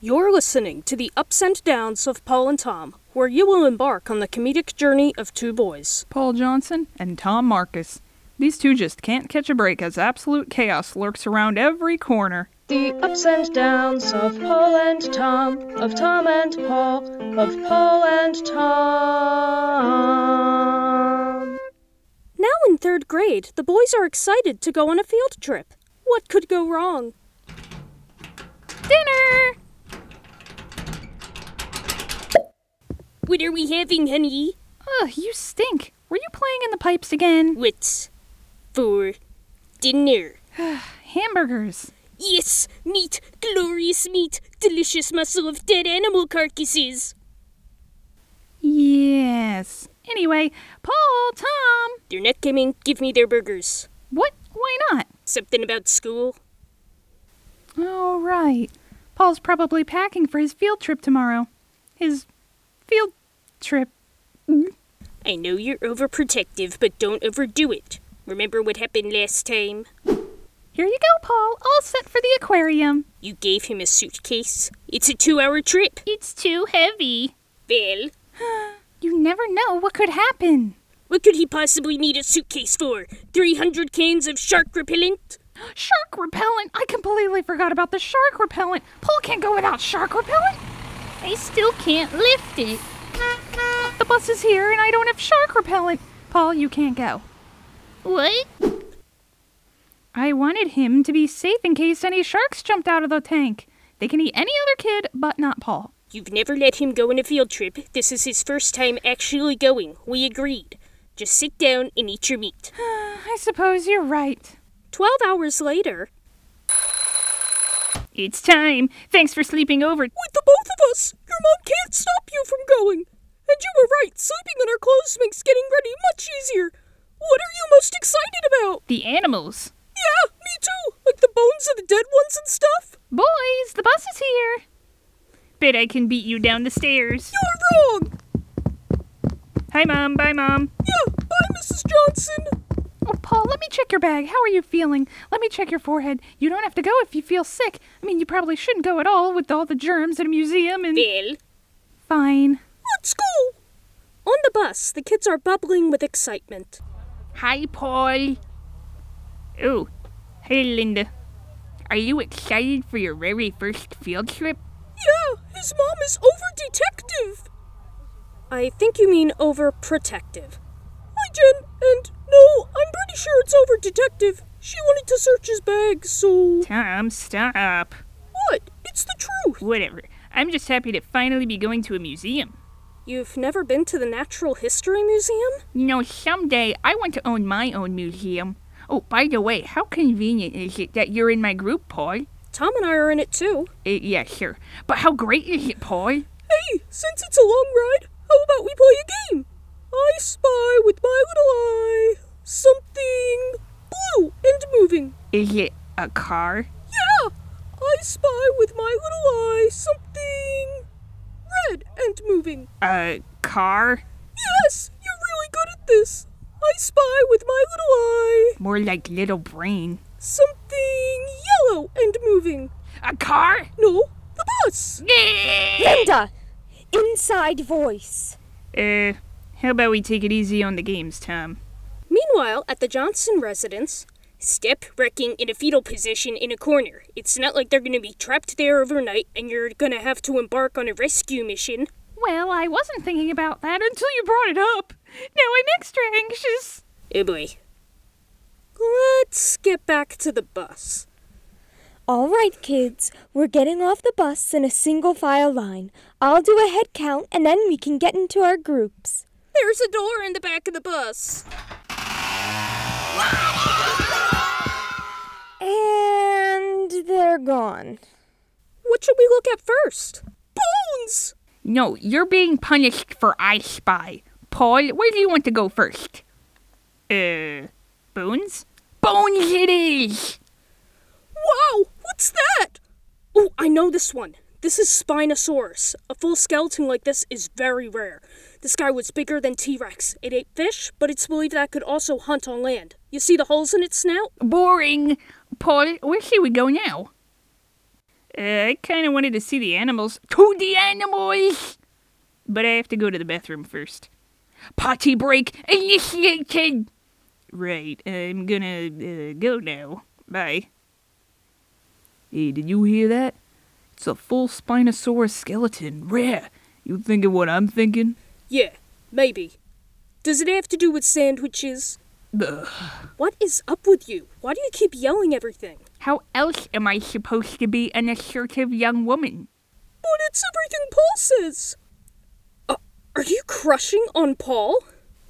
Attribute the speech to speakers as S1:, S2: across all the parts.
S1: You're listening to the ups and downs of Paul and Tom, where you will embark on the comedic journey of two boys.
S2: Paul Johnson and Tom Marcus. These two just can't catch a break as absolute chaos lurks around every corner.
S1: The ups and downs of Paul and Tom, of Tom and Paul, of Paul and Tom. Now in third grade, the boys are excited to go on a field trip. What could go wrong? Dinner! What are we having, honey?
S2: Ugh, you stink. Were you playing in the pipes again?
S1: What's for dinner?
S2: Hamburgers.
S1: Yes, meat, glorious meat, delicious muscle of dead animal carcasses.
S2: Yes. Anyway, Paul, Tom.
S1: They're not coming, give me their burgers.
S2: What? Why not?
S1: Something about school?
S2: All right. Paul's probably packing for his field trip tomorrow. His field trip.
S1: I know you're overprotective, but don't overdo it. Remember what happened last time?
S2: Here you go, Paul. All set for the aquarium.
S1: You gave him a suitcase? It's a two hour trip.
S2: It's too heavy.
S1: Well,
S2: You never know what could happen.
S1: what could he possibly need a suitcase for? 300 cans of shark repellent?
S2: Shark repellent. I completely forgot about the shark repellent. Paul can't go without shark repellent.
S3: I still can't lift it.
S2: The bus is here and I don't have shark repellent. Paul, you can't go.
S3: What?
S2: I wanted him to be safe in case any sharks jumped out of the tank. They can eat any other kid, but not Paul.
S1: You've never let him go on a field trip. This is his first time actually going. We agreed. Just sit down and eat your meat.
S2: I suppose you're right.
S1: Twelve hours later,
S2: It's time. Thanks for sleeping over.
S1: with the both of us. Your mom can't stop you from going. And you were right, sleeping in our clothes makes getting ready much easier. What are you most excited about?
S2: The animals.
S1: Yeah, me too. Like the bones of the dead ones and stuff.
S2: Boys, the bus is here. Bet I can beat you down the stairs.
S1: You're wrong.
S2: Hi, Mom. Bye, Mom.
S1: Yeah, bye, Mrs. Johnson.
S2: Oh, Paul, let me check your bag. How are you feeling? Let me check your forehead. You don't have to go if you feel sick. I mean, you probably shouldn't go at all with all the germs at a museum and.
S1: Bill,
S2: Fine.
S1: let's go. On the bus, the kids are bubbling with excitement.
S2: Hi, Paul. Oh, hey, Linda. Are you excited for your very first field trip?
S1: Yeah, his mom is over detective. I think you mean overprotective. Hi, Jen, and no, I'm pretty sure it's over detective. She wanted to search his bag, so.
S2: Tom, stop.
S1: What? It's the truth.
S2: Whatever. I'm just happy to finally be going to a museum.
S1: You've never been to the Natural History Museum?
S2: You know, someday I want to own my own museum. Oh, by the way, how convenient is it that you're in my group, Paul?
S1: Tom and I are in it too.
S2: Uh, yeah, sure. But how great is it, Paul?
S1: Hey, since it's a long ride, how about we play a game? I spy with my little eye something blue and moving.
S2: Is it a car?
S1: Yeah, Ah, I spy with my little eye something red and moving.
S2: A car?
S1: Yes, you're really good at this. I spy with my little eye
S2: More like little brain.
S1: something yellow and moving.
S2: A car?
S1: No, the bus.
S4: Linda! Inside voice.
S2: Uh, how about we take it easy on the games, Tom?
S1: Meanwhile, at the Johnson residence, Step wrecking in a fetal position in a corner. It's not like they're gonna be trapped there overnight and you're gonna have to embark on a rescue mission.
S2: Well, I wasn't thinking about that until you brought it up. Now I'm extra anxious.
S1: Oh boy. Let's get back to the bus.
S4: All right, kids. We're getting off the bus in a single file line. I'll do a head count and then we can get into our groups.
S1: There's a door in the back of the bus.
S4: And they're gone.
S1: What should we look at first? Bones!
S2: No, you're being punished for I Spy. Paul, where do you want to go first? Uh, Bones? Bones it is!
S1: Wow, what's that? Oh, I know this one. This is Spinosaurus. A full skeleton like this is very rare. This guy was bigger than T Rex. It ate fish, but it's believed that it could also hunt on land. You see the holes in its snout?
S2: Boring. Paul, where should we go now? Uh, I kind of wanted to see the animals. To the animals! But I have to go to the bathroom first. Potty break initiated! Right, I'm gonna uh, go now. Bye. Hey, did you hear that? It's a full Spinosaurus skeleton. Rare! You thinking what I'm thinking?
S1: Yeah, maybe. Does it have to do with sandwiches?
S2: Ugh.
S1: What is up with you? Why do you keep yelling everything?
S2: How else am I supposed to be an assertive young woman?
S1: But it's everything Paul says. Uh, are you crushing on Paul?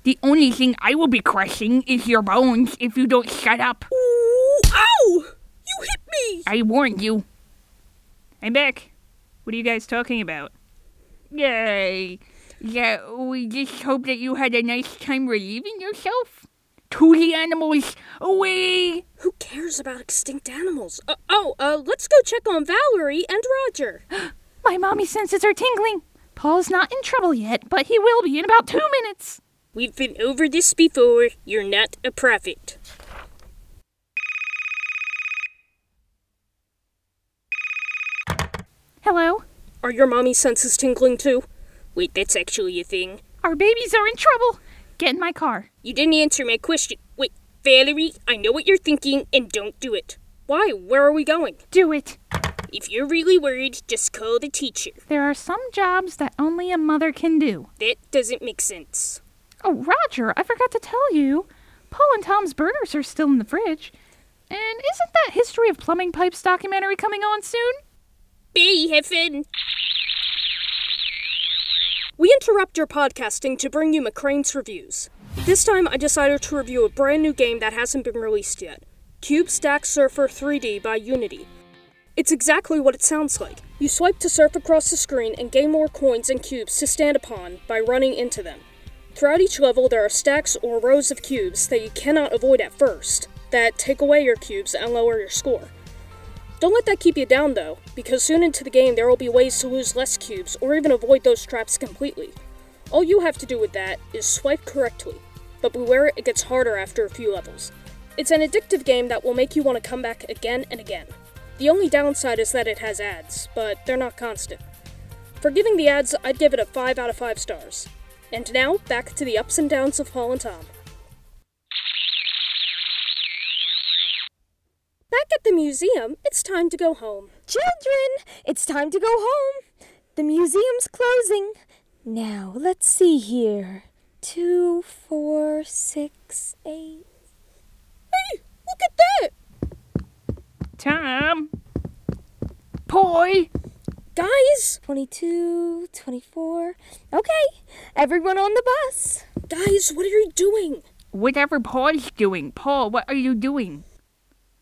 S2: The only thing I will be crushing is your bones if you don't shut up.
S1: Ooh, ow! You hit me!
S2: I warned you. I'm back. What are you guys talking about? Yay. Yeah, we just hope that you had a nice time relieving yourself. To the animals, away!
S1: Who cares about extinct animals? Uh, oh, uh, let's go check on Valerie and Roger.
S3: My mommy senses are tingling. Paul's not in trouble yet, but he will be in about two minutes.
S1: We've been over this before. You're not a prophet.
S3: Hello?
S1: Are your mommy senses tingling too? Wait, that's actually a thing.
S3: Our babies are in trouble. Get in my car.
S1: You didn't answer my question. Wait, Valerie, I know what you're thinking, and don't do it. Why? Where are we going?
S3: Do it.
S1: If you're really worried, just call the teacher.
S3: There are some jobs that only a mother can do.
S1: That doesn't make sense.
S3: Oh, Roger, I forgot to tell you. Paul and Tom's burgers are still in the fridge. And isn't that History of Plumbing Pipes documentary coming on soon?
S1: Be heaven. We interrupt your podcasting to bring you McCrane's reviews. This time, I decided to review a brand new game that hasn't been released yet Cube Stack Surfer 3D by Unity. It's exactly what it sounds like. You swipe to surf across the screen and gain more coins and cubes to stand upon by running into them. Throughout each level, there are stacks or rows of cubes that you cannot avoid at first, that take away your cubes and lower your score. Don't let that keep you down though, because soon into the game there will be ways to lose less cubes or even avoid those traps completely. All you have to do with that is swipe correctly, but beware it gets harder after a few levels. It's an addictive game that will make you want to come back again and again. The only downside is that it has ads, but they're not constant. For giving the ads, I'd give it a 5 out of 5 stars. And now, back to the ups and downs of Paul and Tom. Back at the museum, it's time to go home.
S4: Children, it's time to go home. The museum's closing. Now, let's see here. Two, four, six, eight.
S1: Hey, look at that!
S2: Tom! Paul!
S1: Guys!
S4: 22, 24. Okay, everyone on the bus.
S1: Guys, what are you doing?
S2: Whatever Paul's doing, Paul, what are you doing?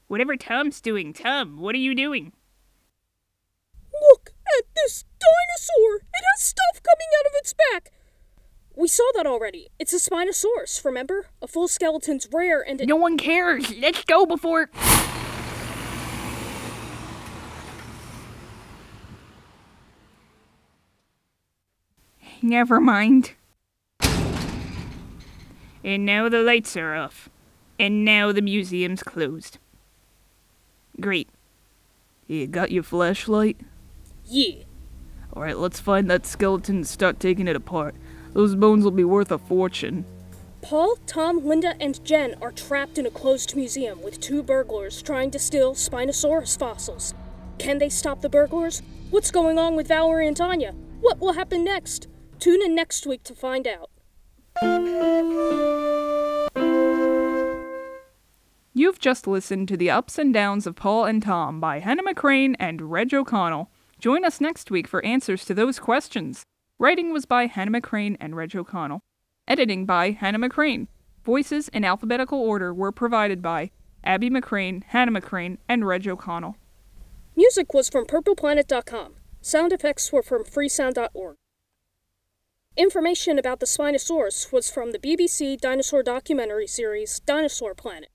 S2: Whatever Tom's doing, Tom, what are you doing?
S1: Look at this dinosaur! It has stuff coming out of its back! We saw that already. It's a Spinosaurus, remember? A full skeleton's rare and it.
S2: No one cares! Let's go before. Never mind. And now the lights are off. And now the museum's closed. Great. You got your flashlight?
S1: Yeah.
S2: Alright, let's find that skeleton and start taking it apart. Those bones will be worth a fortune.
S1: Paul, Tom, Linda, and Jen are trapped in a closed museum with two burglars trying to steal Spinosaurus fossils. Can they stop the burglars? What's going on with Valerie and Tanya? What will happen next? Tune in next week to find out.
S2: You've just listened to the ups and downs of Paul and Tom by Hannah McCrane and Reg O'Connell. Join us next week for answers to those questions. Writing was by Hannah McCrane and Reg O'Connell. Editing by Hannah McCrane. Voices in alphabetical order were provided by Abby McCrane, Hannah McCrane, and Reg O'Connell.
S1: Music was from purpleplanet.com. Sound effects were from freesound.org. Information about the Spinosaurus was from the BBC dinosaur documentary series Dinosaur Planet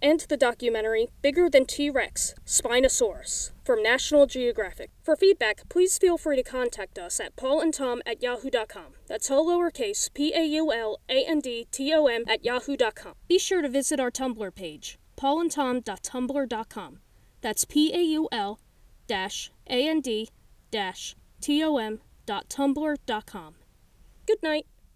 S1: and the documentary Bigger Than T Rex Spinosaurus from National Geographic. For feedback, please feel free to contact us at paulandtom at yahoo.com. That's all lowercase p a u l a n d t o m at yahoo.com. Be sure to visit our Tumblr page, paulandtom.tumblr.com. That's p a u l dash and dash tom dot tumblr dot com. Good night.